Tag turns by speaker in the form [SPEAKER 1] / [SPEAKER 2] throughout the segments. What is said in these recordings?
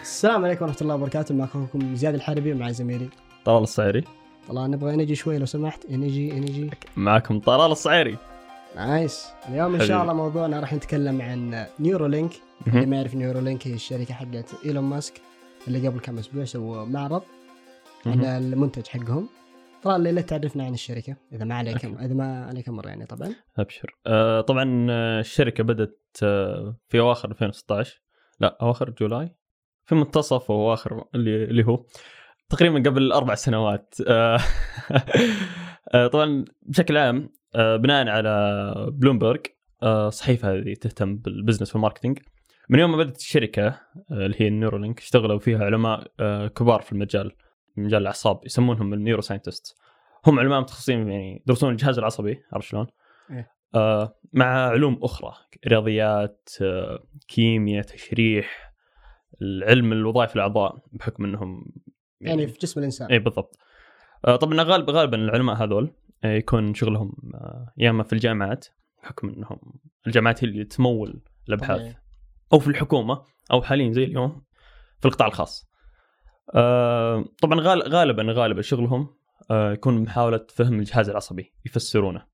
[SPEAKER 1] السلام عليكم ورحمة الله وبركاته معكم أخوكم زياد الحربي مع زميلي
[SPEAKER 2] طلال الصعيري
[SPEAKER 1] والله نبغى انرجي شوي لو سمحت إيه، انرجي انرجي
[SPEAKER 2] معكم طلال الصعيري
[SPEAKER 1] نايس اليوم ان شاء
[SPEAKER 2] حبيبي.
[SPEAKER 1] الله موضوعنا راح نتكلم عن نيورولينك اللي ما يعرف نيورولينك هي الشركة حقت ايلون ماسك اللي قبل كم اسبوع سووا معرض عن
[SPEAKER 2] مهم.
[SPEAKER 1] المنتج حقهم طلال الليلة تعرفنا عن الشركة اذا ما عليك اذا ما عليك امر يعني طبعا
[SPEAKER 2] ابشر آه طبعا آه، الشركه بدات آه في اواخر 2016 لا اواخر جولاي في منتصف واواخر اللي, اللي هو تقريبا قبل اربع سنوات آه آه، طبعا بشكل عام آه بناء على بلومبرج آه صحيفه هذه تهتم بالبزنس والماركتينج من يوم ما بدات الشركه آه اللي هي النيورولينك اشتغلوا فيها علماء آه كبار في المجال مجال الاعصاب يسمونهم النيورو ساينتست هم علماء متخصصين يعني يدرسون الجهاز العصبي عرفت شلون؟
[SPEAKER 1] إيه.
[SPEAKER 2] آه مع علوم اخرى رياضيات آه كيمياء تشريح العلم الوظائف الاعضاء بحكم انهم
[SPEAKER 1] يعني في جسم الانسان
[SPEAKER 2] اي إيه، بالضبط آه، طبعا غالب غالبا العلماء هذول آه، يكون شغلهم آه، يا اما في الجامعات بحكم انهم الجامعات هي اللي تمول الابحاث
[SPEAKER 1] طبيعي.
[SPEAKER 2] او في الحكومه او حاليا زي اليوم في القطاع الخاص. آه، طبعا غال- غالبا غالبا شغلهم آه، يكون محاوله فهم الجهاز العصبي يفسرونه.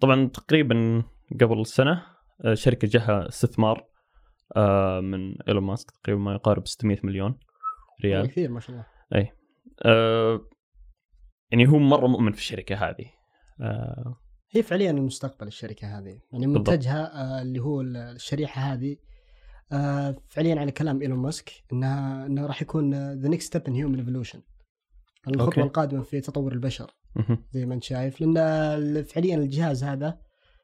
[SPEAKER 2] طبعا تقريبا قبل سنه آه، شركه جها استثمار آه، من ايلون ماسك تقريبا ما يقارب 600 مليون ريال.
[SPEAKER 1] كثير ما شاء الله
[SPEAKER 2] آه، يعني هو مره مؤمن في الشركه هذه آه،
[SPEAKER 1] هي فعليا المستقبل الشركه هذه يعني
[SPEAKER 2] بالضبط.
[SPEAKER 1] منتجها آه، اللي هو ال- الشريحه هذه آه، فعليا على كلام ايلون ماسك انها انه راح يكون آه، ذا نيكست ستيب ان هيومن ايفولوشن الخطوه
[SPEAKER 2] أوكي.
[SPEAKER 1] القادمه في تطور البشر
[SPEAKER 2] مهم.
[SPEAKER 1] زي ما انت شايف لان ال- فعليا الجهاز هذا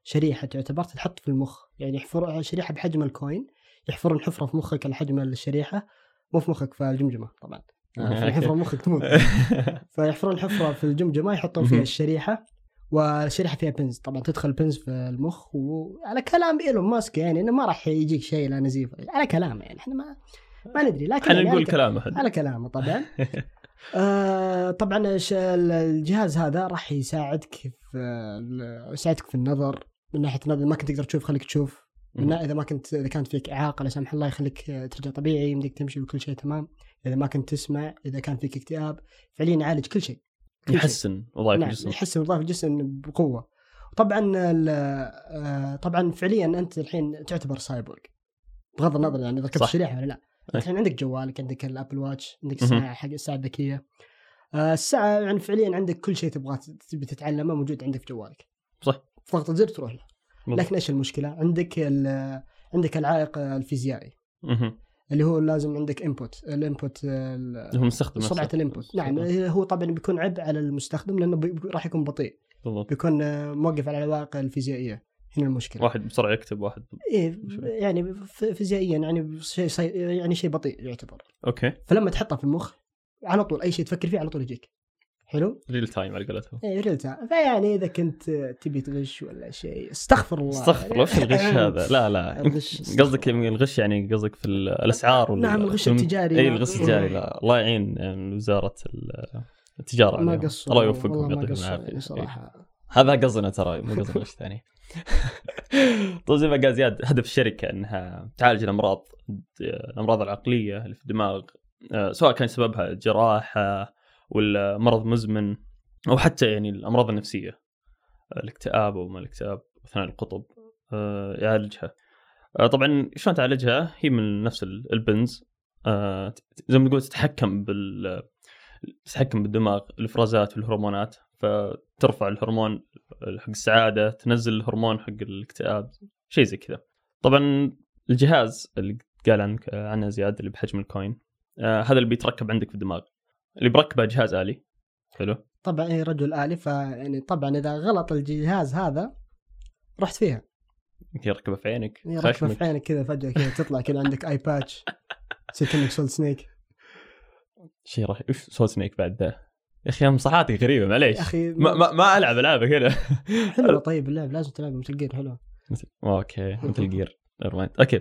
[SPEAKER 1] شريحه تعتبر تتحط في المخ يعني يحفر شريحه بحجم الكوين يحفرون حفره في مخك على حجم الشريحه مو في مخك في الجمجمه طبعا آه، في
[SPEAKER 2] أوكي.
[SPEAKER 1] حفره مخك تموت فيحفرون حفره في الجمجمه يحطون فيها
[SPEAKER 2] مهم.
[SPEAKER 1] الشريحه والشريحه فيها بنز طبعا تدخل بنز في المخ وعلى كلام ايلون ماسك يعني انه ما راح يجيك شيء لا نزيف على كلامه يعني احنا ما ما ندري لكن
[SPEAKER 2] خلينا
[SPEAKER 1] يعني
[SPEAKER 2] نقول
[SPEAKER 1] على-
[SPEAKER 2] كلام احد
[SPEAKER 1] على كلامه طبعا آه طبعا الش- ال- الجهاز هذا راح يساعدك في ال- يساعدك في النظر من ناحيه النظر ما كنت تقدر تشوف خليك تشوف من نا- اذا ما كنت اذا كانت فيك اعاقه لا سمح الله يخليك آه، ترجع طبيعي يمديك تمشي وكل شيء تمام اذا ما كنت تسمع اذا كان فيك اكتئاب فعليا يعالج كل شيء كل شيء.
[SPEAKER 2] يحسن وظائف
[SPEAKER 1] نعم
[SPEAKER 2] الجسم
[SPEAKER 1] يحسن وظائف الجسم بقوه طبعا ال- آه، طبعا فعليا انت الحين تعتبر سايبورغ بغض النظر يعني اذا كنت
[SPEAKER 2] صح.
[SPEAKER 1] شريحه ولا لا
[SPEAKER 2] أي.
[SPEAKER 1] الحين عندك جوالك عندك الابل واتش عندك
[SPEAKER 2] مهم.
[SPEAKER 1] الساعه حق الساعه الذكيه آه، الساعه يعني فعليا عندك كل شيء تبغاه تت- تبي تتعلمه موجود عندك في جوالك
[SPEAKER 2] صح.
[SPEAKER 1] تضغط زر تروح له
[SPEAKER 2] بالضبط.
[SPEAKER 1] لكن ايش المشكله عندك ال- عندك العائق الفيزيائي
[SPEAKER 2] مهم.
[SPEAKER 1] اللي هو لازم عندك انبوت الانبوت ال-
[SPEAKER 2] هو مستخدم
[SPEAKER 1] سرعه
[SPEAKER 2] نفسه.
[SPEAKER 1] الانبوت نعم هو طبعا بيكون عبء على المستخدم لانه بي- راح يكون بطيء
[SPEAKER 2] بالضبط
[SPEAKER 1] بيكون آه، موقف على العوائق الفيزيائيه هنا المشكله
[SPEAKER 2] واحد بسرعه يكتب واحد
[SPEAKER 1] إيه يعني ف- فيزيائيا يعني شيء صي- يعني شيء بطيء يعتبر
[SPEAKER 2] اوكي
[SPEAKER 1] فلما تحطه في المخ على طول اي شيء تفكر فيه على طول يجيك حلو؟
[SPEAKER 2] ريل تايم على قولتهم
[SPEAKER 1] إيه ريل تايم فيعني اذا كنت آه، تبي تغش ولا شيء استغفر الله
[SPEAKER 2] استغفر الله وش الغش هذا لا لا
[SPEAKER 1] الغش
[SPEAKER 2] قصدك يعني الغش يعني قصدك في ال- الاسعار ولا
[SPEAKER 1] نعم الغش التجاري نعم.
[SPEAKER 2] اي إيه، الغش التجاري لا الله يعين يعني وزاره ال- التجاره
[SPEAKER 1] ما
[SPEAKER 2] عليهم.
[SPEAKER 1] قصروا
[SPEAKER 2] الله يوفقهم
[SPEAKER 1] والله ما
[SPEAKER 2] يعطيهم
[SPEAKER 1] قصروا
[SPEAKER 2] العافيه
[SPEAKER 1] يعني صراحه
[SPEAKER 2] هذا قصدنا ترى مو قصدنا شيء ثاني طيب زي ما قال زياد هدف الشركه انها تعالج الامراض الامراض العقليه اللي في الدماغ آه، سواء كان سببها جراحه ولا مرض مزمن او حتى يعني الامراض النفسيه آه، الاكتئاب وما الاكتئاب اثناء القطب آه، يعالجها آه، طبعا شلون تعالجها هي من نفس ال- البنز آه، ت- زي ما تقول تتحكم بال تتحكم بالدماغ الافرازات والهرمونات فترفع الهرمون حق السعاده تنزل الهرمون حق الاكتئاب شيء زي كذا طبعا الجهاز اللي قال عنك عنه زياد اللي بحجم الكوين آه هذا اللي بيتركب عندك في الدماغ اللي بركبه جهاز الي حلو
[SPEAKER 1] طبعا اي إيه، رجل الي فيعني طبعا اذا غلط الجهاز هذا رحت فيها
[SPEAKER 2] يركبه في عينك
[SPEAKER 1] يعني ركبه
[SPEAKER 2] خشمك
[SPEAKER 1] في عينك كذا فجاه كذا تطلع كذا عندك اي باتش تصير كانك سولد سنيك
[SPEAKER 2] شيء رهيب وش صوت سنيك بعد ذا يا اخي مصحاتي غريبه معليش
[SPEAKER 1] يا اخي
[SPEAKER 2] ما, ما, ما العب العابك هنا
[SPEAKER 1] حلوه طيب اللعب لازم تلعب مثل جير حلوه
[SPEAKER 2] مثل- اوكي مثل جير نيرمايند اوكي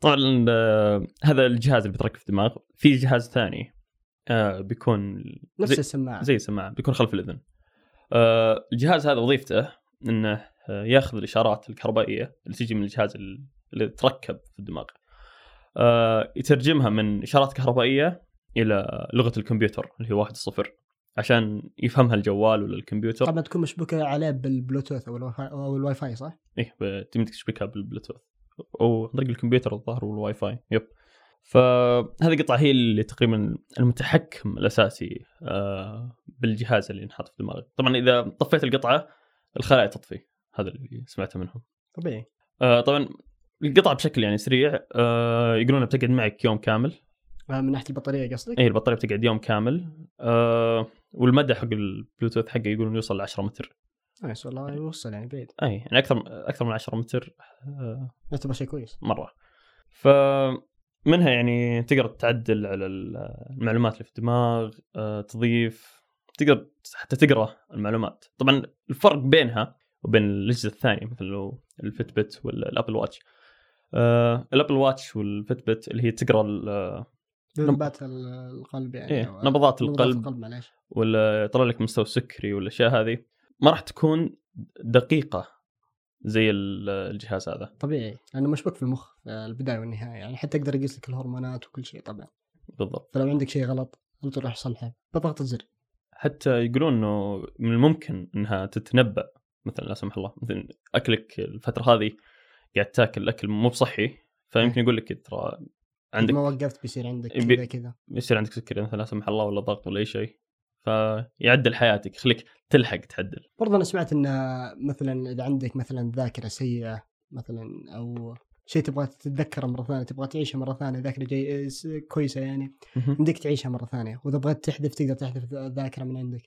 [SPEAKER 2] طبعا آه، هذا الجهاز اللي بيتركب في الدماغ في جهاز ثاني آه بيكون
[SPEAKER 1] نفس
[SPEAKER 2] زي-
[SPEAKER 1] السماعه
[SPEAKER 2] زي السماعه بيكون خلف الاذن. آه، الجهاز هذا وظيفته انه آه، ياخذ الاشارات الكهربائيه اللي تجي من الجهاز ال- اللي تركب في الدماغ. آه، يترجمها من اشارات كهربائيه الى لغه الكمبيوتر اللي هي واحد صفر عشان يفهمها الجوال ولا الكمبيوتر
[SPEAKER 1] طبعا تكون مشبوكه عليه بالبلوتوث او الواي فاي او الواي فاي صح؟
[SPEAKER 2] ايه ب- تمدك تشبكها بالبلوتوث او عن طريق الكمبيوتر الظاهر والواي فاي يب فهذه القطعه هي اللي تقريبا المتحكم الاساسي آه، بالجهاز اللي ينحط في دماغك طبعا اذا طفيت القطعه الخلايا تطفي هذا اللي سمعته منهم
[SPEAKER 1] طبيعي
[SPEAKER 2] آه، طبعا القطعه بشكل يعني سريع آه، يقولون بتقعد معك يوم كامل
[SPEAKER 1] آه، من ناحيه البطاريه قصدك؟
[SPEAKER 2] اي البطاريه بتقعد يوم كامل آه، والمدى حق البلوتوث حقه يقولون يوصل ل 10 متر
[SPEAKER 1] نايس والله
[SPEAKER 2] إيه.
[SPEAKER 1] يوصل يعني بعيد
[SPEAKER 2] اي يعني اكثر اكثر من 10 متر آه،
[SPEAKER 1] يعتبر شيء كويس
[SPEAKER 2] مره فمنها يعني تقدر تعدل على المعلومات اللي في الدماغ آه، تضيف تقدر حتى تقرا المعلومات طبعا الفرق بينها وبين الاجهزه الثانيه مثل لو الفيت بت ولا الابل واتش آه، الابل واتش والفيت بت اللي هي تقرا ال-
[SPEAKER 1] نبضات القلب يعني
[SPEAKER 2] إيه،
[SPEAKER 1] أو-
[SPEAKER 2] نبضات القلب.
[SPEAKER 1] القلب معليش
[SPEAKER 2] ولا يطلع لك مستوى السكري والاشياء هذه ما راح تكون دقيقه زي ال- الجهاز هذا
[SPEAKER 1] طبيعي لانه مشبوك في المخ آه، البدايه والنهايه يعني حتى يقدر يقيس لك الهرمونات وكل شيء طبعا
[SPEAKER 2] بالضبط
[SPEAKER 1] فلو عندك شيء غلط على طول راح يصلحه بضغط الزر
[SPEAKER 2] حتى يقولون انه من الممكن انها تتنبا مثلا لا سمح الله مثلا اكلك الفتره هذه قاعد تاكل اكل مو بصحي فيمكن يقول لك ترى
[SPEAKER 1] عندك ما
[SPEAKER 2] عندك
[SPEAKER 1] وقفت بيصير عندك
[SPEAKER 2] يبي-
[SPEAKER 1] كذا كذا
[SPEAKER 2] يصير عندك سكري مثلا لا سمح الله ولا ضغط ولا اي شيء فيعدل حياتك يخليك تلحق تعدل
[SPEAKER 1] برضه انا سمعت ان آه، مثلا اذا عندك مثلا ذاكره سيئه مثلا او شيء تبغى تتذكره مره ثانيه تبغى تعيشه مره ثانيه ذاكره جاي س- كويسه يعني يمديك تعيشها مره ثانيه واذا بغيت تحذف تقدر تحذف الذاكره من عندك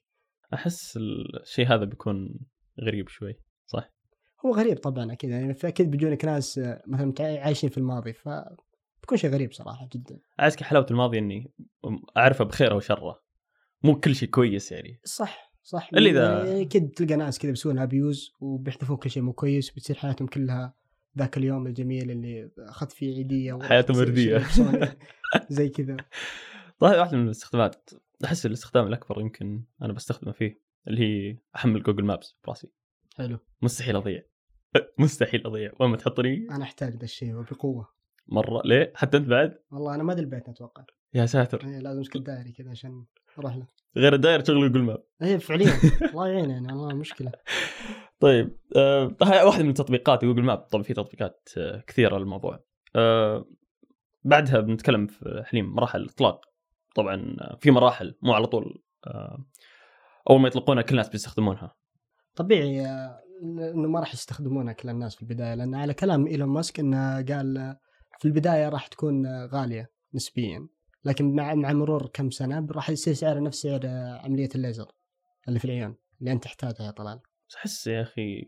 [SPEAKER 2] احس الشيء هذا بيكون غريب شوي
[SPEAKER 1] هو غريب طبعا اكيد يعني فاكيد بيجونك ناس آه، مثلا متع- عايشين في الماضي ف بيكون شيء غريب صراحه جدا
[SPEAKER 2] اعزك حلاوه الماضي اني اعرفه بخيره وشره مو كل شيء كويس يعني
[SPEAKER 1] صح صح
[SPEAKER 2] إلا إذا-
[SPEAKER 1] يعني اكيد تلقى ناس كذا بيسوون ابيوز وبيحذفون كل شيء مو كويس بتصير حياتهم كلها ذاك اليوم الجميل اللي اخذت فيه عيديه و-
[SPEAKER 2] حياتهم وردية.
[SPEAKER 1] زي كذا
[SPEAKER 2] طيب واحده من الاستخدامات احس الاستخدام الاكبر يمكن انا بستخدمه فيه اللي هي احمل جوجل مابس براسي
[SPEAKER 1] حلو
[SPEAKER 2] مستحيل اضيع مستحيل اضيع وين ما تحطني
[SPEAKER 1] انا احتاج ذا الشيء وبقوه
[SPEAKER 2] مره ليه حتى انت بعد
[SPEAKER 1] والله انا ما دلبيت اتوقع
[SPEAKER 2] يا ساتر
[SPEAKER 1] يعني لازم امسك الدائري كذا عشان اروح له
[SPEAKER 2] غير الداير شغل جوجل ماب
[SPEAKER 1] اي فعليا الله يعين يعني والله مشكله
[SPEAKER 2] طيب آه هاي واحده من تطبيقات جوجل ماب طبعا في تطبيقات آه كثيره للموضوع آه بعدها بنتكلم في حليم مراحل الاطلاق طبعا آه، في مراحل مو على طول آه اول ما يطلقونها كل الناس بيستخدمونها
[SPEAKER 1] طبيعي آه، انه ما راح يستخدمونها كل الناس في البدايه لان على كلام ايلون ماسك انه قال آه، في البدايه راح تكون آه، غاليه نسبيا لكن مع مع مرور كم سنه راح يصير سعرها نفس سعر آه، عمليه الليزر اللي في العيون اللي انت تحتاجها يا طلال
[SPEAKER 2] بس احس يا اخي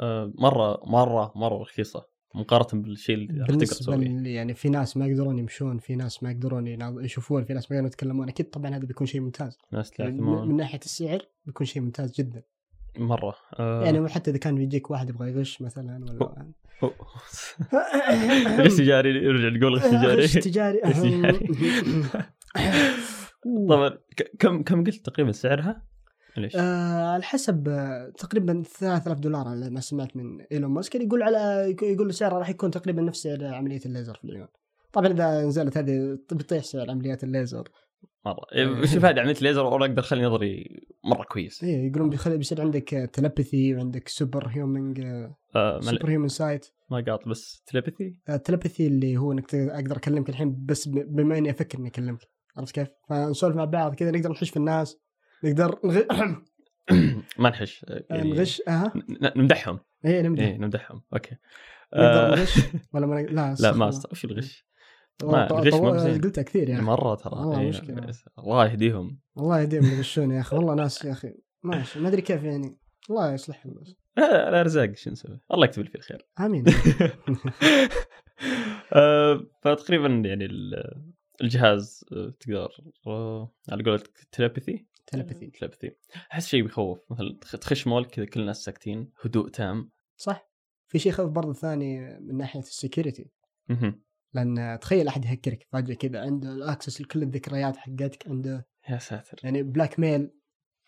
[SPEAKER 2] آه، مره مره مره رخيصه مقارنه بالشيء اللي راح تقدر
[SPEAKER 1] بالنسبه
[SPEAKER 2] تسويه
[SPEAKER 1] لي يعني في ناس ما يقدرون يمشون في ناس ما يقدرون يناظ- يشوفون في ناس ما يقدرون يتكلمون اكيد طبعا هذا بيكون شيء ممتاز
[SPEAKER 2] ناس لا
[SPEAKER 1] يعني
[SPEAKER 2] يعتمون.
[SPEAKER 1] من من ناحيه السعر بيكون شيء ممتاز جدا
[SPEAKER 2] مره آه،
[SPEAKER 1] يعني حتى اذا كان بيجيك واحد يبغى يغش مثلا ولا
[SPEAKER 2] غش تجاري يرجع تقول غش
[SPEAKER 1] غش
[SPEAKER 2] تجاري
[SPEAKER 1] تجاري
[SPEAKER 2] غش تجاري. طبعا ك- كم كم قلت تقريبا سعرها؟ ليش؟
[SPEAKER 1] آه، على حسب آه، تقريبا 3000 دولار على ما سمعت من ايلون ماسك يعني يقول على يقول سعره راح يكون تقريبا نفس سعر عمليه الليزر في العيون طبعا اذا نزلت هذه بيطيح سعر عمليات الليزر
[SPEAKER 2] مره إيه، وش الفائده عملت ليزر ولا اقدر اخلي نظري مره كويس
[SPEAKER 1] ايه يقولون بيخلي بيصير عندك تلبثي وعندك سوبر هيومن
[SPEAKER 2] آه، ما-
[SPEAKER 1] سوبر هيومن سايت
[SPEAKER 2] ما قاط بس تليبثي
[SPEAKER 1] التلبثي اللي هو انك تقدر- اقدر اكلمك الحين بس ب- بما اني افكر اني اكلمك عرفت كيف؟ فنسولف مع بعض كذا نقدر نحش في الناس نقدر نغ-
[SPEAKER 2] ما نحش آه، يعني
[SPEAKER 1] نغش اها
[SPEAKER 2] ن- ن- نمدحهم
[SPEAKER 1] ايه نمدح
[SPEAKER 2] اي نمدحهم اوكي آه،
[SPEAKER 1] نقدر نغش ولا ما نق- لا
[SPEAKER 2] لا
[SPEAKER 1] استغفر
[SPEAKER 2] ما
[SPEAKER 1] الله.
[SPEAKER 2] أست- وش الغش؟
[SPEAKER 1] والله
[SPEAKER 2] ما-
[SPEAKER 1] طو-
[SPEAKER 2] الغش ما
[SPEAKER 1] طو-
[SPEAKER 2] بزين.
[SPEAKER 1] قلتها كثير يا اخي
[SPEAKER 2] مره ترى
[SPEAKER 1] والله
[SPEAKER 2] إيه،
[SPEAKER 1] مشكلة.
[SPEAKER 2] الله يهديهم
[SPEAKER 1] والله يديم يغشون يا اخي والله ناس يا اخي ماشي ما ادري كيف يعني الله يصلحهم بس
[SPEAKER 2] لا لا رزاق شو نسوي الله يكتب لي فيه الخير
[SPEAKER 1] امين
[SPEAKER 2] آه، فتقريبا يعني ال- الجهاز آه، تقدر آه، على قولتك تلبثي
[SPEAKER 1] تلبثي
[SPEAKER 2] تلبثي احس شيء بيخوف مثلا تخ- تخش مول كذا كل الناس ساكتين هدوء تام
[SPEAKER 1] صح في شيء خوف برضه ثاني من ناحيه السكيورتي
[SPEAKER 2] مهم.
[SPEAKER 1] لان تخيل احد يهكرك فجاه كذا عنده الاكسس لكل الذكريات حقتك عنده
[SPEAKER 2] يا ساتر
[SPEAKER 1] يعني بلاك ميل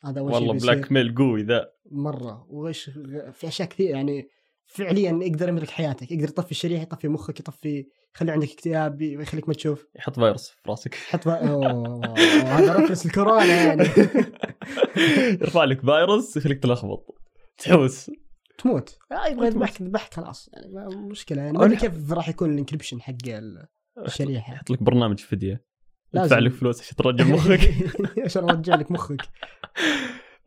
[SPEAKER 1] هذا اول شيء
[SPEAKER 2] والله
[SPEAKER 1] بيصير
[SPEAKER 2] بلاك ميل قوي ذا
[SPEAKER 1] مره وغش في اشياء كثير يعني فعليا يقدر يملك حياتك يقدر يطفي الشريحه يطفي مخك يطفي يخلي عندك اكتئاب يخليك ما تشوف
[SPEAKER 2] يحط فيروس في راسك
[SPEAKER 1] حط بقى- أوه، هذا رفرس الكورونا يعني
[SPEAKER 2] يرفع لك فيروس يخليك تلخبط تحوس
[SPEAKER 1] تموت آه، يبغى
[SPEAKER 2] تموت.
[SPEAKER 1] يذبحك ذبحك خلاص يعني ما مشكله يعني ما ادري كيف راح يكون الانكربشن حق ال- الشريحه
[SPEAKER 2] يحط لك برنامج فديه
[SPEAKER 1] لازم.
[SPEAKER 2] يدفع لك فلوس عشان ترجع مخك
[SPEAKER 1] عشان ارجع لك مخك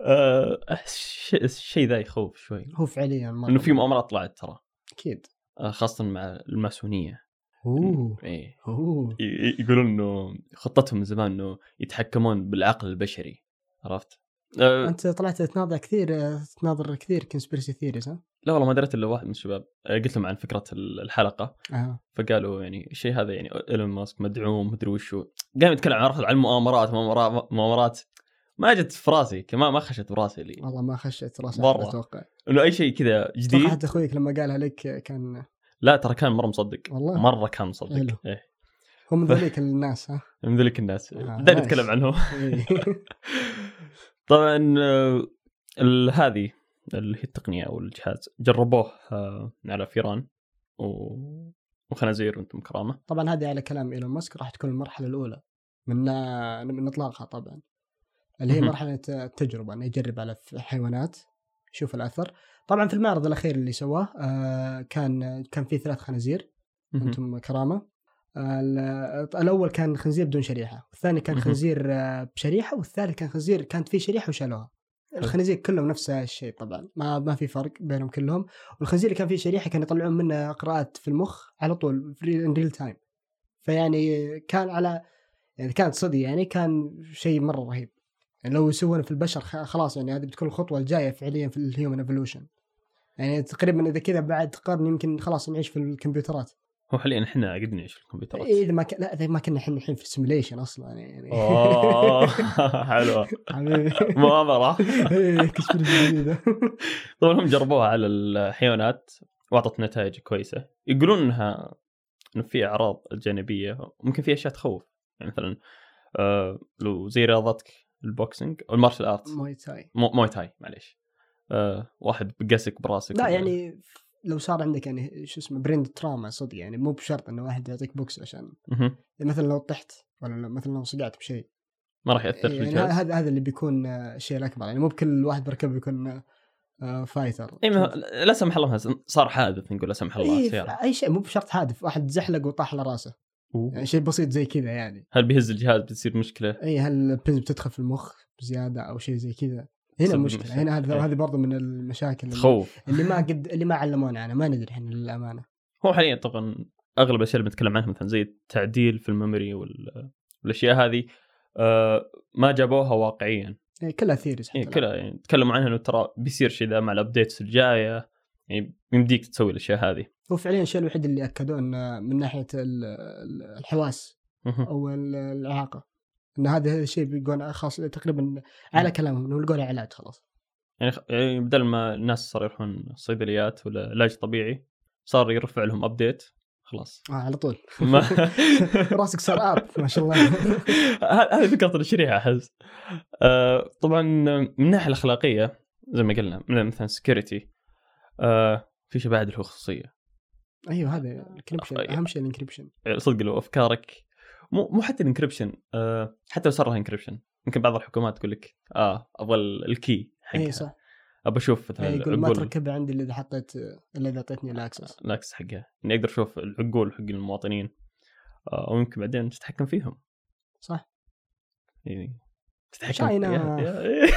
[SPEAKER 2] آه، الش- الشيء ذا يخوف شوي
[SPEAKER 1] هو فعليا مرة
[SPEAKER 2] انه في مؤامرات طلعت ترى
[SPEAKER 1] اكيد
[SPEAKER 2] آه، خاصه مع الماسونيه
[SPEAKER 1] اوه
[SPEAKER 2] ايه
[SPEAKER 1] اوه
[SPEAKER 2] ي- ي- يقولون انه خطتهم من زمان انه يتحكمون بالعقل البشري عرفت؟ أه
[SPEAKER 1] انت طلعت تناظر كثير آه، تناظر كثير كونسبيرسي ثيريز ها؟
[SPEAKER 2] لا والله ما دريت الا واحد من الشباب آه، قلت لهم عن فكره ال- الحلقه
[SPEAKER 1] آه.
[SPEAKER 2] فقالوا يعني الشيء هذا يعني ايلون ماسك مدعوم مدري وشو قام يتكلم عن عن المؤامرات مؤامرات مؤامرات ما جت في راسي ما ما خشت براسي لي
[SPEAKER 1] والله ما خشيت راسي
[SPEAKER 2] مرة.
[SPEAKER 1] اتوقع
[SPEAKER 2] انه اي شيء كذا
[SPEAKER 1] اتوقع
[SPEAKER 2] جديد
[SPEAKER 1] حتى اخويك لما قالها لك كان
[SPEAKER 2] لا ترى كان مره مصدق
[SPEAKER 1] والله.
[SPEAKER 2] مره كان مصدق
[SPEAKER 1] أه. حلو.
[SPEAKER 2] ايه
[SPEAKER 1] هو من ذليك الناس ها
[SPEAKER 2] من ذلك الناس
[SPEAKER 1] آه،
[SPEAKER 2] دعني
[SPEAKER 1] نايس.
[SPEAKER 2] اتكلم عنه
[SPEAKER 1] إيه.
[SPEAKER 2] طبعا آه، ال- هذه اللي هي التقنيه او الجهاز جربوه آه، على فيران و- وخنازير وانتم كرامه
[SPEAKER 1] طبعا هذه على كلام ايلون ماسك راح تكون المرحله الاولى من من اطلاقها طبعا اللي هي
[SPEAKER 2] مهم.
[SPEAKER 1] مرحله التجربه انه يجرب على ف- حيوانات يشوف الاثر طبعا في المعرض الاخير اللي سواه آه، كان كان في ثلاث خنازير
[SPEAKER 2] مهم.
[SPEAKER 1] انتم كرامه ال- الاول كان خنزير بدون شريحه والثاني كان
[SPEAKER 2] مهم.
[SPEAKER 1] خنزير آه، بشريحه والثالث كان خنزير كانت فيه شريحه وشالوها الخنازير كلهم نفس الشيء طبعا ما ما في فرق بينهم كلهم والخنزير اللي كان فيه شريحه كانوا يطلعون منه قراءات في المخ على طول في ريل تايم فيعني كان على يعني كانت صدق يعني كان شيء مره رهيب يعني لو يسوونه في البشر خ- خلاص يعني هذه بتكون الخطوه الجايه فعليا في الهيومن ايفولوشن يعني تقريبا اذا كذا بعد قرن يمكن خلاص نعيش في الكمبيوترات
[SPEAKER 2] هو حاليا احنا قاعدين نعيش في الكمبيوترات
[SPEAKER 1] اذا إيه، ما ك... لا اذا ما كنا احنا الحين في السيميليشن اصلا يعني
[SPEAKER 2] اوه حلوه
[SPEAKER 1] حبيبي
[SPEAKER 2] مؤامره
[SPEAKER 1] إيه، كشف جديده
[SPEAKER 2] طبعا هم جربوها على الحيوانات واعطت نتائج كويسه يقولون انها انه في اعراض جانبيه ممكن في اشياء تخوف يعني مثلا آه، لو زي رياضتك البوكسنج او المارشال ارت
[SPEAKER 1] ماي تاي
[SPEAKER 2] مو- موي تاي معليش آه، واحد بقسك براسك
[SPEAKER 1] لا
[SPEAKER 2] ولا-
[SPEAKER 1] يعني لو صار عندك يعني شو اسمه برين تراما صدق يعني مو بشرط انه واحد يعطيك بوكس عشان
[SPEAKER 2] مهم.
[SPEAKER 1] يعني مثلا لو طحت ولا لو- مثلا لو صقعت بشيء
[SPEAKER 2] ما راح ياثر في
[SPEAKER 1] يعني ه-
[SPEAKER 2] الجهاز
[SPEAKER 1] هذا هذا اللي بيكون آه، الشيء الاكبر يعني مو بكل واحد بركب يكون آه، فايتر
[SPEAKER 2] اي إيه، ما- لا سمح الله صار حادث نقول لا سمح الله
[SPEAKER 1] إيه،
[SPEAKER 2] سياره
[SPEAKER 1] اي شيء مو بشرط هادف واحد زحلق وطاح على راسه يعني شيء بسيط زي كذا يعني
[SPEAKER 2] هل بيهز الجهاز بتصير مشكله
[SPEAKER 1] اي إيه، هل البنز بتدخل في المخ بزياده او شيء زي كذا هنا
[SPEAKER 2] صدق
[SPEAKER 1] مشكله
[SPEAKER 2] مشكلة.
[SPEAKER 1] هنا هذا-
[SPEAKER 2] إيه.
[SPEAKER 1] هذه برضو من المشاكل اللي-
[SPEAKER 2] تخوف
[SPEAKER 1] اللي ما قد اللي ما علمونا عنها ما ندري احنا للامانه
[SPEAKER 2] هو حاليا طبعا اغلب الاشياء اللي بنتكلم عنها مثلا زي التعديل في الميموري وال- والاشياء هذه آه، ما جابوها واقعيا
[SPEAKER 1] إيه، كلها ثيريز
[SPEAKER 2] يعني كلها يعني تكلموا عنها انه ترى بيصير شيء ذا مع الابديتس الجايه يعني يمديك تسوي الاشياء هذه
[SPEAKER 1] هو فعليا الشيء الوحيد اللي اكدوه انه من ناحيه ال- ال- الحواس
[SPEAKER 2] مهم.
[SPEAKER 1] او ال- الاعاقه ان هذا هذا الشيء بيكون خاص تقريبا على كلامهم انه يلقوا له علاج خلاص
[SPEAKER 2] يعني خ- يعني بدل ما الناس صاروا يروحون الصيدليات ولا علاج طبيعي صار يرفع لهم ابديت خلاص
[SPEAKER 1] آه على طول
[SPEAKER 2] ما
[SPEAKER 1] راسك صار اب ما شاء الله
[SPEAKER 2] ه- هذه فكره الشريحه احس آه، طبعا من الناحيه الاخلاقيه زي ما قلنا من- مثلا سكيورتي آه، في شيء بعد الخصوصيه
[SPEAKER 1] ايوه هذا الانكربشن
[SPEAKER 2] آه،
[SPEAKER 1] اهم شيء الانكربشن
[SPEAKER 2] يعني صدق لو افكارك مو مو حتى الانكربشن آه، حتى لو صار لها انكربشن يمكن بعض الحكومات تقول لك اه ابغى ال- الكي
[SPEAKER 1] اي
[SPEAKER 2] حقها
[SPEAKER 1] إيه، صح
[SPEAKER 2] ابغى اشوف مثلا
[SPEAKER 1] إيه، يقول ما
[SPEAKER 2] العقول
[SPEAKER 1] تركب عندي الا اذا حطيت الا اذا اعطيتني الاكسس
[SPEAKER 2] الاكس حقها اني اقدر اشوف العقول حق المواطنين آه، ويمكن بعدين تتحكم فيهم
[SPEAKER 1] صح
[SPEAKER 2] يعني تتحكم
[SPEAKER 1] شاينا.
[SPEAKER 2] يا-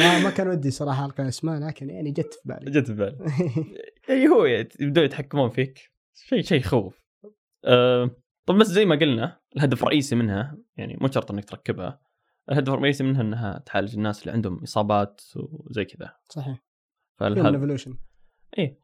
[SPEAKER 1] ما, ما كان ودي صراحه القى اسماء لكن يعني جت في
[SPEAKER 2] يا-
[SPEAKER 1] بالي
[SPEAKER 2] جت في بالي اي هو يبدون يتحكمون فيك شيء شيء يخوف أه طب بس زي ما قلنا الهدف الرئيسي منها يعني مو شرط انك تركبها الهدف الرئيسي منها انها تعالج الناس اللي عندهم اصابات وزي كذا
[SPEAKER 1] صحيح
[SPEAKER 2] فالهدف
[SPEAKER 1] ايفولوشن يعني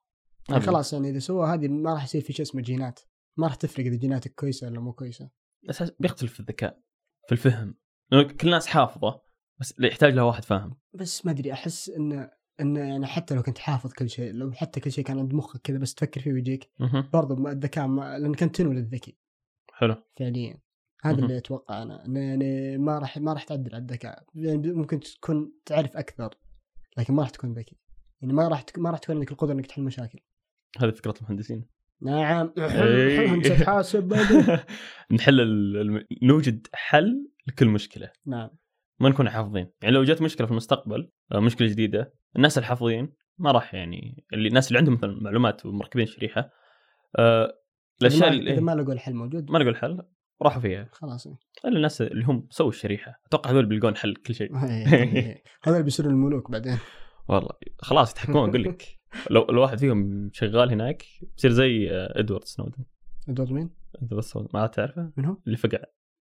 [SPEAKER 2] هذا-
[SPEAKER 1] خلاص يعني اذا سووا هذه ما راح يصير في شيء اسمه جينات ما راح تفرق اذا جيناتك كويسه ولا مو كويسه
[SPEAKER 2] أساس بيختلف في الذكاء في الفهم لأنه كل الناس حافظه بس اللي يحتاج لها واحد فاهم
[SPEAKER 1] بس ما ادري احس ان ان يعني حتى لو كنت حافظ كل شيء لو حتى كل شيء كان عند مخك كذا بس تفكر فيه ويجيك
[SPEAKER 2] مهم.
[SPEAKER 1] برضو ما- الذكاء ما لانك انت تنولد ذكي
[SPEAKER 2] حلو
[SPEAKER 1] فعليا هذا
[SPEAKER 2] مهم.
[SPEAKER 1] اللي اتوقع انا انه يعني ما راح ما راح تعدل على الذكاء يعني ممكن تكون تعرف اكثر لكن ما راح تكون ذكي يعني ما راح تك... ما راح تكون عندك القدره انك تحل مشاكل
[SPEAKER 2] هذه فكره المهندسين
[SPEAKER 1] نعم
[SPEAKER 2] إي.
[SPEAKER 1] هندسه حاسب
[SPEAKER 2] نحل ال... الم- نوجد حل لكل مشكله
[SPEAKER 1] نعم
[SPEAKER 2] ما نكون حافظين يعني لو جت مشكله في المستقبل آه، مشكله جديده الناس الحافظين ما راح يعني اللي الناس اللي عندهم مثلا معلومات ومركبين شريحه آه، الاشياء
[SPEAKER 1] إذا ما-
[SPEAKER 2] اللي
[SPEAKER 1] اذا ما لقوا الحل موجود
[SPEAKER 2] ما لقوا الحل راحوا فيها
[SPEAKER 1] خلاص إيه.
[SPEAKER 2] الا الناس اللي هم سووا الشريحه اتوقع هذول بيلقون حل كل شيء
[SPEAKER 1] إيه، هذا اللي بيصيرون الملوك بعدين
[SPEAKER 2] والله خلاص يتحكمون اقول لك لو لو واحد فيهم شغال هناك بيصير زي آه، ادوارد سنودن
[SPEAKER 1] دور مين؟
[SPEAKER 2] انت بس ما تعرفه
[SPEAKER 1] من هو؟
[SPEAKER 2] اللي فقع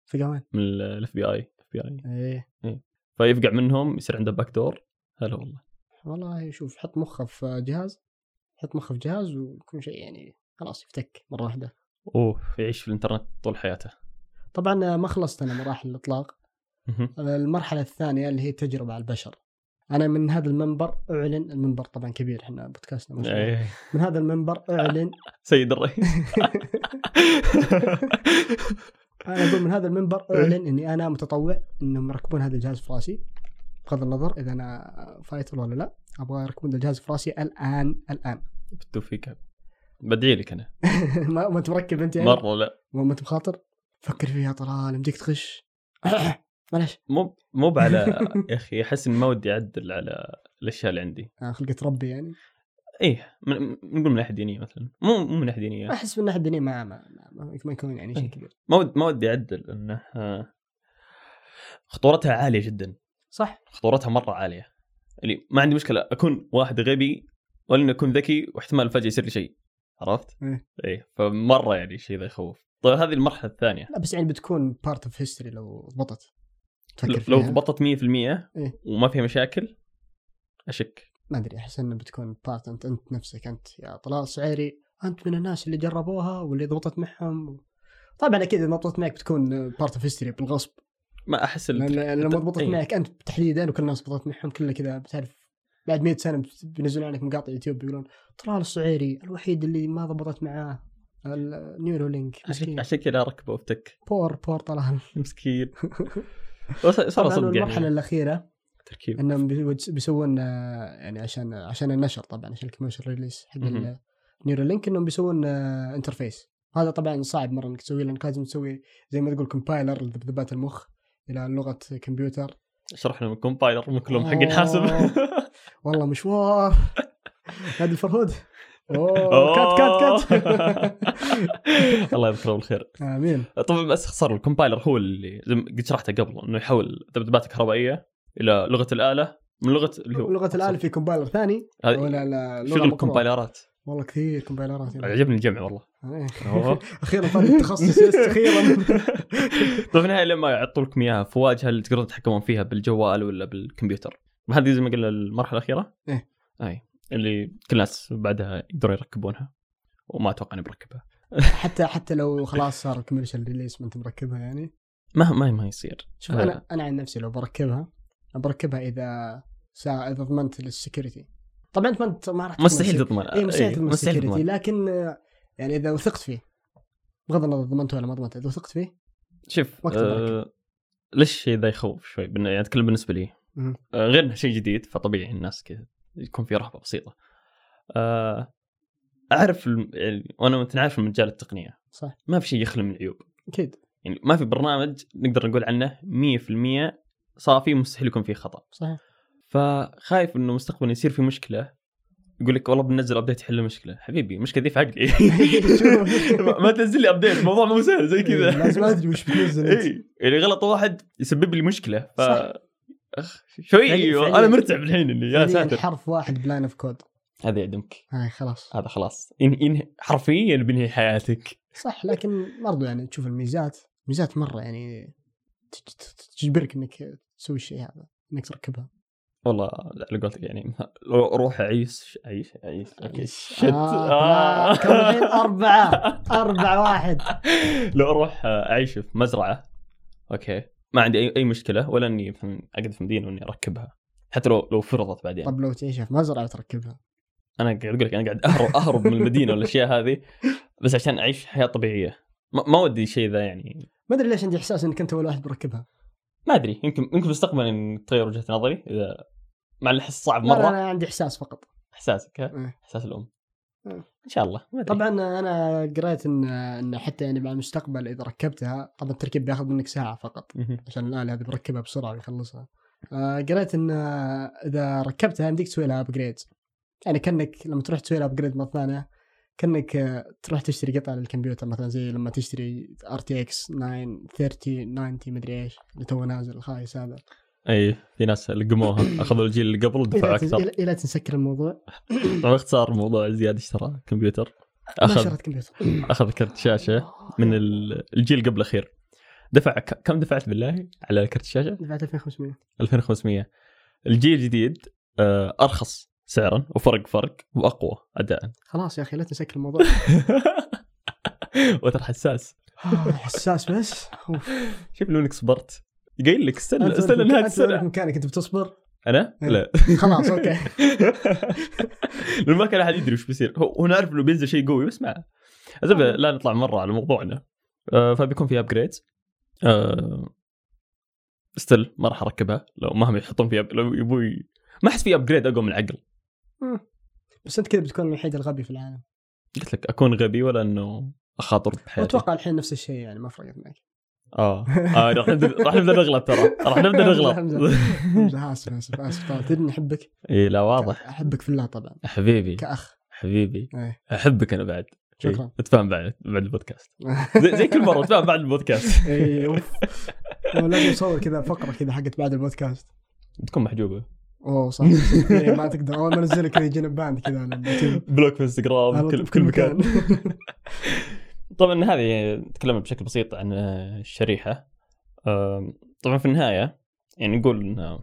[SPEAKER 1] في كمان
[SPEAKER 2] من الاف بي اي اف بي اي
[SPEAKER 1] ايه
[SPEAKER 2] فيفقع منهم يصير عنده باك دور هلا والله
[SPEAKER 1] والله شوف حط مخه في جهاز حط مخه في جهاز وكل شيء يعني خلاص يفتك مره واحده
[SPEAKER 2] اوه يعيش في الانترنت طول حياته
[SPEAKER 1] طبعا ما خلصت انا مراحل الاطلاق
[SPEAKER 2] مهم.
[SPEAKER 1] المرحله الثانيه اللي هي تجربه على البشر انا من هذا المنبر اعلن المنبر طبعا كبير احنا بودكاستنا ما شاء الله.
[SPEAKER 2] إيه.
[SPEAKER 1] من هذا المنبر اعلن
[SPEAKER 2] سيد الرئيس
[SPEAKER 1] انا اقول من هذا المنبر
[SPEAKER 2] إيه.
[SPEAKER 1] اعلن اني انا متطوع انهم يركبون هذا الجهاز في راسي بغض النظر اذا انا فايتر ولا لا ابغى يركبون ذا الجهاز في راسي الان الان
[SPEAKER 2] بالتوفيق بدعي لك انا
[SPEAKER 1] ما ما انت مركب انت يعني؟
[SPEAKER 2] مره لا
[SPEAKER 1] مو ما انت بخاطر فكر فيها طلال يمديك تخش معلش
[SPEAKER 2] مو مو على يا اخي احس اني ما ودي اعدل على الاشياء اللي عندي
[SPEAKER 1] آه، خلقة ربي يعني
[SPEAKER 2] ايه من- من- نقول من ناحيه دينيه مثلا مو مو من ناحيه دينيه
[SPEAKER 1] احس من ناحيه الدنيا ما ما, ما- ما, ما يكون يعني شيء
[SPEAKER 2] إيه.
[SPEAKER 1] كبير
[SPEAKER 2] ما ود ما ودي اعدل انه آه، خطورتها عاليه جدا
[SPEAKER 1] صح
[SPEAKER 2] خطورتها مره عاليه اللي ما عندي مشكله اكون واحد غبي ولا اني اكون ذكي واحتمال فجاه يصير لي شيء عرفت؟
[SPEAKER 1] إيه.
[SPEAKER 2] ايه فمره يعني شيء ذا يخوف طيب هذه المرحله الثانيه
[SPEAKER 1] لا بس يعني بتكون بارت اوف هيستوري لو ضبطت تفكر
[SPEAKER 2] لو
[SPEAKER 1] فيها.
[SPEAKER 2] ضبطت 100%
[SPEAKER 1] إيه.
[SPEAKER 2] وما فيها مشاكل اشك
[SPEAKER 1] ما ادري احس انه بتكون بارت انت انت نفسك انت يا طلال السعيري انت من الناس اللي جربوها واللي ضبطت معهم طبعا اكيد اذا ضبطت معك بتكون بارت اوف هيستوري بالغصب
[SPEAKER 2] ما احس ال-
[SPEAKER 1] لان لما ضبطت
[SPEAKER 2] إيه.
[SPEAKER 1] معك انت تحديدا وكل الناس ضبطت معهم كله كذا بتعرف بعد 100 سنه بت- بينزلون عليك مقاطع يوتيوب بيقولون طلال الصعيري الوحيد اللي ما ضبطت معاه النيورو لينك
[SPEAKER 2] عشان
[SPEAKER 1] مسكين
[SPEAKER 2] عشان كذا ركبه وفتك
[SPEAKER 1] بور بور طلال
[SPEAKER 2] مسكين وص- صار
[SPEAKER 1] طبعا
[SPEAKER 2] صدق
[SPEAKER 1] المرحله
[SPEAKER 2] يعني
[SPEAKER 1] الاخيره
[SPEAKER 2] تركيب
[SPEAKER 1] انهم بي- بيسوون آه، يعني عشان عشان النشر طبعا عشان الكوميرشال ريليس حق
[SPEAKER 2] مهم.
[SPEAKER 1] النيورو لينك انهم بيسوون آه، انترفيس هذا طبعا صعب مره انك تسويه لانك لازم تسوي زي ما تقول كومبايلر لذبذبات المخ الى لغه كمبيوتر
[SPEAKER 2] شرح لهم الكومبايلر مو كلهم حقين
[SPEAKER 1] آه.
[SPEAKER 2] حاسب
[SPEAKER 1] والله مشوار نادي الفرهود اوه كات كات كات
[SPEAKER 2] الله يذكره بالخير
[SPEAKER 1] امين
[SPEAKER 2] طبعا بس خسر الكومبايلر هو اللي زي ما قد شرحته قبل انه يحول ذبذبات كهربائيه الى لغه الاله من لغه اللي هو
[SPEAKER 1] لغه الالف في كومبايلر ثاني
[SPEAKER 2] هذه-
[SPEAKER 1] ولا لا لغه
[SPEAKER 2] شغل
[SPEAKER 1] مقروءة.
[SPEAKER 2] الكومبايلرات
[SPEAKER 1] والله كثير كومبايلرات يعني.
[SPEAKER 2] عجبني الجمع والله
[SPEAKER 1] إيه.
[SPEAKER 2] أوه.
[SPEAKER 1] اخيرا طلع التخصص يس اخيرا
[SPEAKER 2] طيب في النهايه لما يعطوا لكم اياها في واجهه اللي تقدرون تتحكمون فيها بالجوال ولا بالكمبيوتر هذه زي ما قلنا المرحله الاخيره
[SPEAKER 1] إيه.
[SPEAKER 2] اي اللي كل الناس بعدها يقدروا يركبونها وما اتوقع اني بركبها
[SPEAKER 1] حتى حتى لو خلاص صار الكوميرشال ريليس ما انت مركبها يعني
[SPEAKER 2] ما ما ما يصير
[SPEAKER 1] شوف
[SPEAKER 2] لا.
[SPEAKER 1] انا انا عن نفسي لو بركبها بركبها اذا سا اذا ضمنت السكيورتي طبعا انت ما انت ما راح تكون
[SPEAKER 2] مستحيل
[SPEAKER 1] security.
[SPEAKER 2] تضمن إيه،
[SPEAKER 1] اي مستحيل تضمن
[SPEAKER 2] مستحيل
[SPEAKER 1] السكيورتي
[SPEAKER 2] تضمن
[SPEAKER 1] لكن آه، يعني اذا وثقت فيه بغض النظر ضمنته ولا ما ضمنته اذا وثقت فيه
[SPEAKER 2] شوف
[SPEAKER 1] وقت
[SPEAKER 2] آه ليش الشيء ذا يخوف شوي بن- يعني اتكلم بالنسبه لي
[SPEAKER 1] مم.
[SPEAKER 2] آه غير انه شيء جديد فطبيعي الناس كذا يكون في رهبه بسيطه آه اعرف الم- يعني وانا انت عارف المجال التقنيه
[SPEAKER 1] صح
[SPEAKER 2] ما في شيء يخلو من عيوب
[SPEAKER 1] اكيد
[SPEAKER 2] يعني ما في برنامج نقدر نقول عنه 100% صافي مستحيل يكون فيه خطا
[SPEAKER 1] صحيح
[SPEAKER 2] فخايف انه مستقبلا يصير في مشكله يقول لك والله بننزل ابديت يحل المشكله حبيبي المشكله دي في عقلي ما- ما تنزل لي ابديت الموضوع مو سهل زي كذا
[SPEAKER 1] إيه، لازم ادري وش بتنزل انت
[SPEAKER 2] اي يعني غلط واحد يسبب لي مشكله ف
[SPEAKER 1] صح.
[SPEAKER 2] أخ، شوي
[SPEAKER 1] فعلياً-
[SPEAKER 2] انا مرتعب الحين اني يا
[SPEAKER 1] فعلياً
[SPEAKER 2] ساتر
[SPEAKER 1] يعني حرف واحد بلاين اوف كود
[SPEAKER 2] هذا يعدمك
[SPEAKER 1] هاي خلاص
[SPEAKER 2] هذا خلاص إن إن حرفيا بينهي حياتك
[SPEAKER 1] صح لكن برضو يعني تشوف الميزات ميزات مره يعني ت- ت- تجبرك انك تسوي الشيء هذا انك تركبها
[SPEAKER 2] والله على قولتك يعني لو اروح اعيش اعيش اعيش اوكي شت
[SPEAKER 1] آه،
[SPEAKER 2] آه.
[SPEAKER 1] كم الحين أربعة أربعة واحد
[SPEAKER 2] لو اروح اعيش في مزرعه اوكي ما عندي اي اي مشكله ولا اني مثلا اقعد في مدينه واني اركبها حتى لو لو فرضت بعدين
[SPEAKER 1] طب لو تعيشها في مزرعة تركبها
[SPEAKER 2] انا قاعد اقول لك انا قاعد اهرب اهرب من المدينه والاشياء هذه بس عشان اعيش حياه طبيعيه ما, ما ودي شيء ذا يعني
[SPEAKER 1] ما أدري ليش عندي إحساس إنك أنت أول واحد بركبها
[SPEAKER 2] ما ادري يمكن يمكن مستقبلا تغير وجهه نظري اذا مع اللي احس صعب
[SPEAKER 1] لا، لا
[SPEAKER 2] مره
[SPEAKER 1] أنا عندي إحساس فقط
[SPEAKER 2] احساسك ها؟
[SPEAKER 1] إيه.
[SPEAKER 2] احساس الام
[SPEAKER 1] إيه.
[SPEAKER 2] ان شاء الله ما أدري.
[SPEAKER 1] طبعا انا قريت ان ان حتى يعني مع المستقبل اذا ركبتها طبعا التركيب بياخذ منك ساعه فقط
[SPEAKER 2] مهم.
[SPEAKER 1] عشان الاله هذه بركبها بسرعه ويخلصها آه قريت ان آه، اذا ركبتها يمديك تسوي لها ابجريد يعني كانك لما تروح تسوي لها ابجريد مره ثانيه كانك آه، تروح تشتري قطعه للكمبيوتر مثلا زي لما تشتري ار تي اكس 9 30 90 مدري ايش اللي تو نازل الخايس هذا
[SPEAKER 2] اي في ناس لقموها اخذوا الجيل اللي قبل
[SPEAKER 1] الى
[SPEAKER 2] ودفعوا اكثر
[SPEAKER 1] إلى- إلى تنسكر الموضوع
[SPEAKER 2] باختصار موضوع زياد اشترى كمبيوتر
[SPEAKER 1] ما
[SPEAKER 2] اخذ
[SPEAKER 1] شريت كمبيوتر
[SPEAKER 2] اخذ كرت شاشه من ال- الجيل قبل الاخير دفع ك- كم دفعت بالله على كرت الشاشه؟
[SPEAKER 1] دفعت 2500
[SPEAKER 2] 2500 الجيل الجديد آه، ارخص سعرا وفرق فرق واقوى اداء
[SPEAKER 1] خلاص يا اخي لا تنسكر الموضوع
[SPEAKER 2] وتر حساس
[SPEAKER 1] آه، حساس بس أوف.
[SPEAKER 2] شوف لو انك صبرت قايل لك
[SPEAKER 1] أنت
[SPEAKER 2] استنى
[SPEAKER 1] وين
[SPEAKER 2] استنى
[SPEAKER 1] في-
[SPEAKER 2] نهايه
[SPEAKER 1] أنت وين في
[SPEAKER 2] السنه
[SPEAKER 1] مكانك انت بتصبر
[SPEAKER 2] انا؟ لا
[SPEAKER 1] خلاص اوكي
[SPEAKER 2] لان ما كان احد يدري وش بيصير هو هو نعرف انه بينزل شيء قوي بس ما عزب لا نطلع مره على موضوعنا آه، فبيكون في ابجريد ستيل ما راح اركبها لو مهما يحطون فيها لو يبوا ي- ما احس في ابجريد اقوى من العقل
[SPEAKER 1] بس انت كذا بتكون الوحيد الغبي في العالم
[SPEAKER 2] قلت لك اكون غبي ولا انه اخاطر بحياتي
[SPEAKER 1] واتوقع الحين نفس الشيء يعني ما فرقت معك
[SPEAKER 2] اه آه، راح نبدا راح نبدا نغلط ترى راح نبدا نغلط
[SPEAKER 1] حمزة، حمزة، اسف اسف اسف طبعا تدري اني احبك
[SPEAKER 2] اي إيه، لا واضح
[SPEAKER 1] احبك في الله طبعا
[SPEAKER 2] حبيبي
[SPEAKER 1] كاخ
[SPEAKER 2] حبيبي
[SPEAKER 1] إيه.
[SPEAKER 2] احبك انا بعد
[SPEAKER 1] شكراً.
[SPEAKER 2] إيه، نتفاهم بعد بعد البودكاست زي, زي كل مره نتفاهم بعد البودكاست
[SPEAKER 1] اي اوف هو إيه، لازم اصور كذا فقره كذا حقت بعد البودكاست
[SPEAKER 2] تكون محجوبه
[SPEAKER 1] اوه صح صح. إيه، ما تقدر اول ما انزلها كذا يجينا باند كذا على اليوتيوب.
[SPEAKER 2] بلوك في انستغرام
[SPEAKER 1] على
[SPEAKER 2] كل-
[SPEAKER 1] طول
[SPEAKER 2] في كل مكان طبعا هذه تكلمنا بشكل بسيط عن آه، الشريحه آم، طبعا في النهايه يعني نقول ان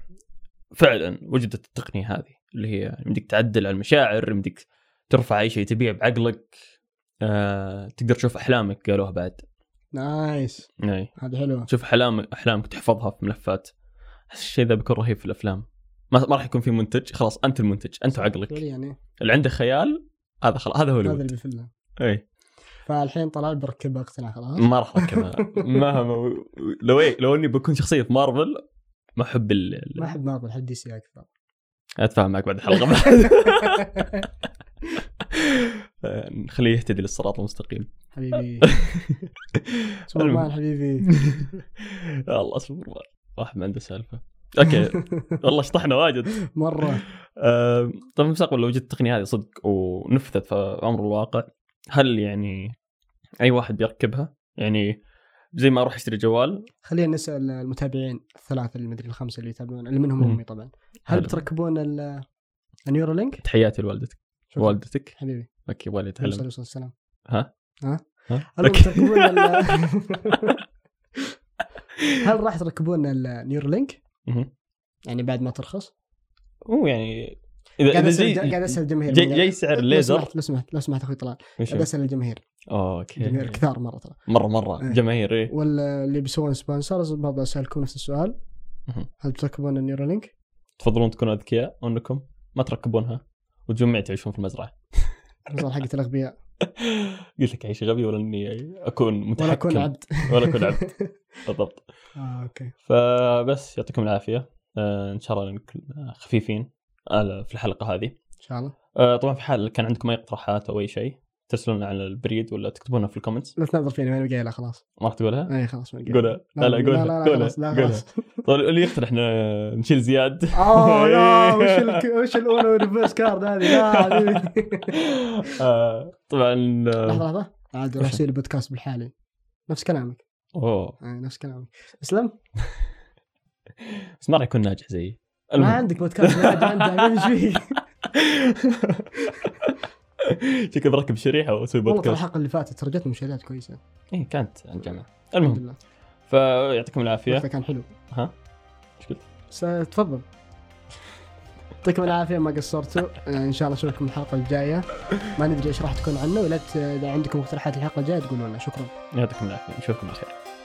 [SPEAKER 2] فعلا وجدت التقنيه هذه اللي هي يمديك تعدل على المشاعر يمديك ترفع اي شيء تبيه بعقلك آه، تقدر تشوف احلامك قالوها بعد
[SPEAKER 1] نايس
[SPEAKER 2] اي
[SPEAKER 1] هذه حلوه
[SPEAKER 2] تشوف احلام احلامك تحفظها في ملفات أحس الشيء ذا بيكون رهيب في الافلام ما, ما راح يكون في منتج خلاص انت المنتج انت وعقلك
[SPEAKER 1] فعلياً، يعني
[SPEAKER 2] اللي عنده خيال هذا خلاص هذا هو
[SPEAKER 1] هذا
[SPEAKER 2] الولد
[SPEAKER 1] اللي في الله
[SPEAKER 2] اي
[SPEAKER 1] فالحين طلال بركبها اقتناع خلاص
[SPEAKER 2] ما راح اركبها مهما لو إيه لو اني بكون شخصيه في مارفل ما احب ال...
[SPEAKER 1] ما
[SPEAKER 2] ال-
[SPEAKER 1] احب مارفل احب دي سي اكثر
[SPEAKER 2] اتفاهم معك بعد الحلقه نخليه يهتدي للصراط المستقيم
[SPEAKER 1] حبيبي
[SPEAKER 2] المهم.
[SPEAKER 1] سوبرمان حبيبي
[SPEAKER 2] الله اصبر واحد ما عنده سالفه اوكي والله شطحنا واجد
[SPEAKER 1] مره
[SPEAKER 2] آه، طيب في المستقبل لو جت التقنيه هذه صدق ونفذت في امر الواقع هل يعني اي واحد بيركبها؟ يعني زي ما اروح اشتري جوال
[SPEAKER 1] خلينا نسال المتابعين الثلاثه اللي مدري الخمسه اللي يتابعون اللي منهم
[SPEAKER 2] مم.
[SPEAKER 1] امي طبعا هل
[SPEAKER 2] حلو.
[SPEAKER 1] بتركبون ال- النيورو لينك؟
[SPEAKER 2] تحياتي لوالدتك
[SPEAKER 1] شكراً.
[SPEAKER 2] والدتك
[SPEAKER 1] حبيبي
[SPEAKER 2] اوكي والي
[SPEAKER 1] عليه
[SPEAKER 2] يتعلم
[SPEAKER 1] الصلاه والسلام
[SPEAKER 2] ها؟
[SPEAKER 1] ها؟
[SPEAKER 2] ها؟
[SPEAKER 1] هل
[SPEAKER 2] أوكي.
[SPEAKER 1] بتركبون ال- هل راح تركبون النيورو لينك؟
[SPEAKER 2] مهم.
[SPEAKER 1] يعني بعد ما ترخص؟
[SPEAKER 2] هو يعني اذا
[SPEAKER 1] قاعد
[SPEAKER 2] اذا
[SPEAKER 1] اسال
[SPEAKER 2] زي
[SPEAKER 1] قاعد اسال الجماهير
[SPEAKER 2] جاي, جاي سعر
[SPEAKER 1] لو
[SPEAKER 2] الليزر إيه،
[SPEAKER 1] سمحت لو سمحت لو سمحت اخوي طلال
[SPEAKER 2] وش
[SPEAKER 1] قاعد
[SPEAKER 2] هو؟
[SPEAKER 1] اسال الجماهير الجماهير
[SPEAKER 2] اوكي
[SPEAKER 1] كثار مره ترى
[SPEAKER 2] مره مره
[SPEAKER 1] إيه.
[SPEAKER 2] جماهير ايه
[SPEAKER 1] واللي بيسوون سبونسرز برضه اسالكم نفس السؤال
[SPEAKER 2] مهم.
[SPEAKER 1] هل بتركبون النيورو لينك؟
[SPEAKER 2] تفضلون تكونوا اذكياء وانكم ما تركبونها وتجمعوا تعيشون في المزرعه
[SPEAKER 1] النظر حقت الاغبياء
[SPEAKER 2] قلت لك عيش غبي ولا اني اكون متحكم
[SPEAKER 1] ولا اكون عبد
[SPEAKER 2] ولا اكون عبد بالضبط
[SPEAKER 1] اه اوكي
[SPEAKER 2] فبس يعطيكم العافيه آه، ان شاء الله نكون خفيفين على- في الحلقه هذه
[SPEAKER 1] ان شاء الله
[SPEAKER 2] آه، طبعا في حال كان عندكم اي اقتراحات او اي شيء ترسلونا على البريد ولا تكتبونها في الكومنتس
[SPEAKER 1] لا تنظر فيني ما بقى لا خلاص
[SPEAKER 2] ما راح تقولها
[SPEAKER 1] اي خلاص ما بقى
[SPEAKER 2] قولها لا لا قولها
[SPEAKER 1] لا لا
[SPEAKER 2] قولها
[SPEAKER 1] خلاص لا
[SPEAKER 2] قولها
[SPEAKER 1] خلاص
[SPEAKER 2] طيب اللي يقترح ن- نشيل زياد
[SPEAKER 1] اوه لا
[SPEAKER 2] إيه.
[SPEAKER 1] وش الك... وش الاولى والريفرس كارد هذه يا حبيبي
[SPEAKER 2] آه، طبعا آه،
[SPEAKER 1] لحظه لحظه عاد راح اسوي البودكاست بالحالي نفس كلامك
[SPEAKER 2] اوه
[SPEAKER 1] آه، نفس كلامك اسلم
[SPEAKER 2] بس ما راح يكون ناجح زيي
[SPEAKER 1] ما
[SPEAKER 2] المهم
[SPEAKER 1] عندك بودكاست ما عندك ايش فيك
[SPEAKER 2] شكلي بركب شريحه واسوي
[SPEAKER 1] والله ترى
[SPEAKER 2] بودكاست
[SPEAKER 1] الحلقه اللي فاتت ترجت مشاهدات كويسه
[SPEAKER 2] اي كانت عن جمع
[SPEAKER 1] الحمد
[SPEAKER 2] المهم
[SPEAKER 1] لله
[SPEAKER 2] فيعطيكم
[SPEAKER 1] وقتها
[SPEAKER 2] العافيه
[SPEAKER 1] كان حلو
[SPEAKER 2] ها ايش قلت؟
[SPEAKER 1] س- تفضل يعطيكم العافيه ما قصرتوا آه، ان شاء الله اشوفكم الحلقه الجايه ما ندري ايش راح تكون عنه ولا ت- اذا عندكم اقتراحات الحلقه الجايه تقولوا لنا شكرا
[SPEAKER 2] يعطيكم العافيه نشوفكم على خير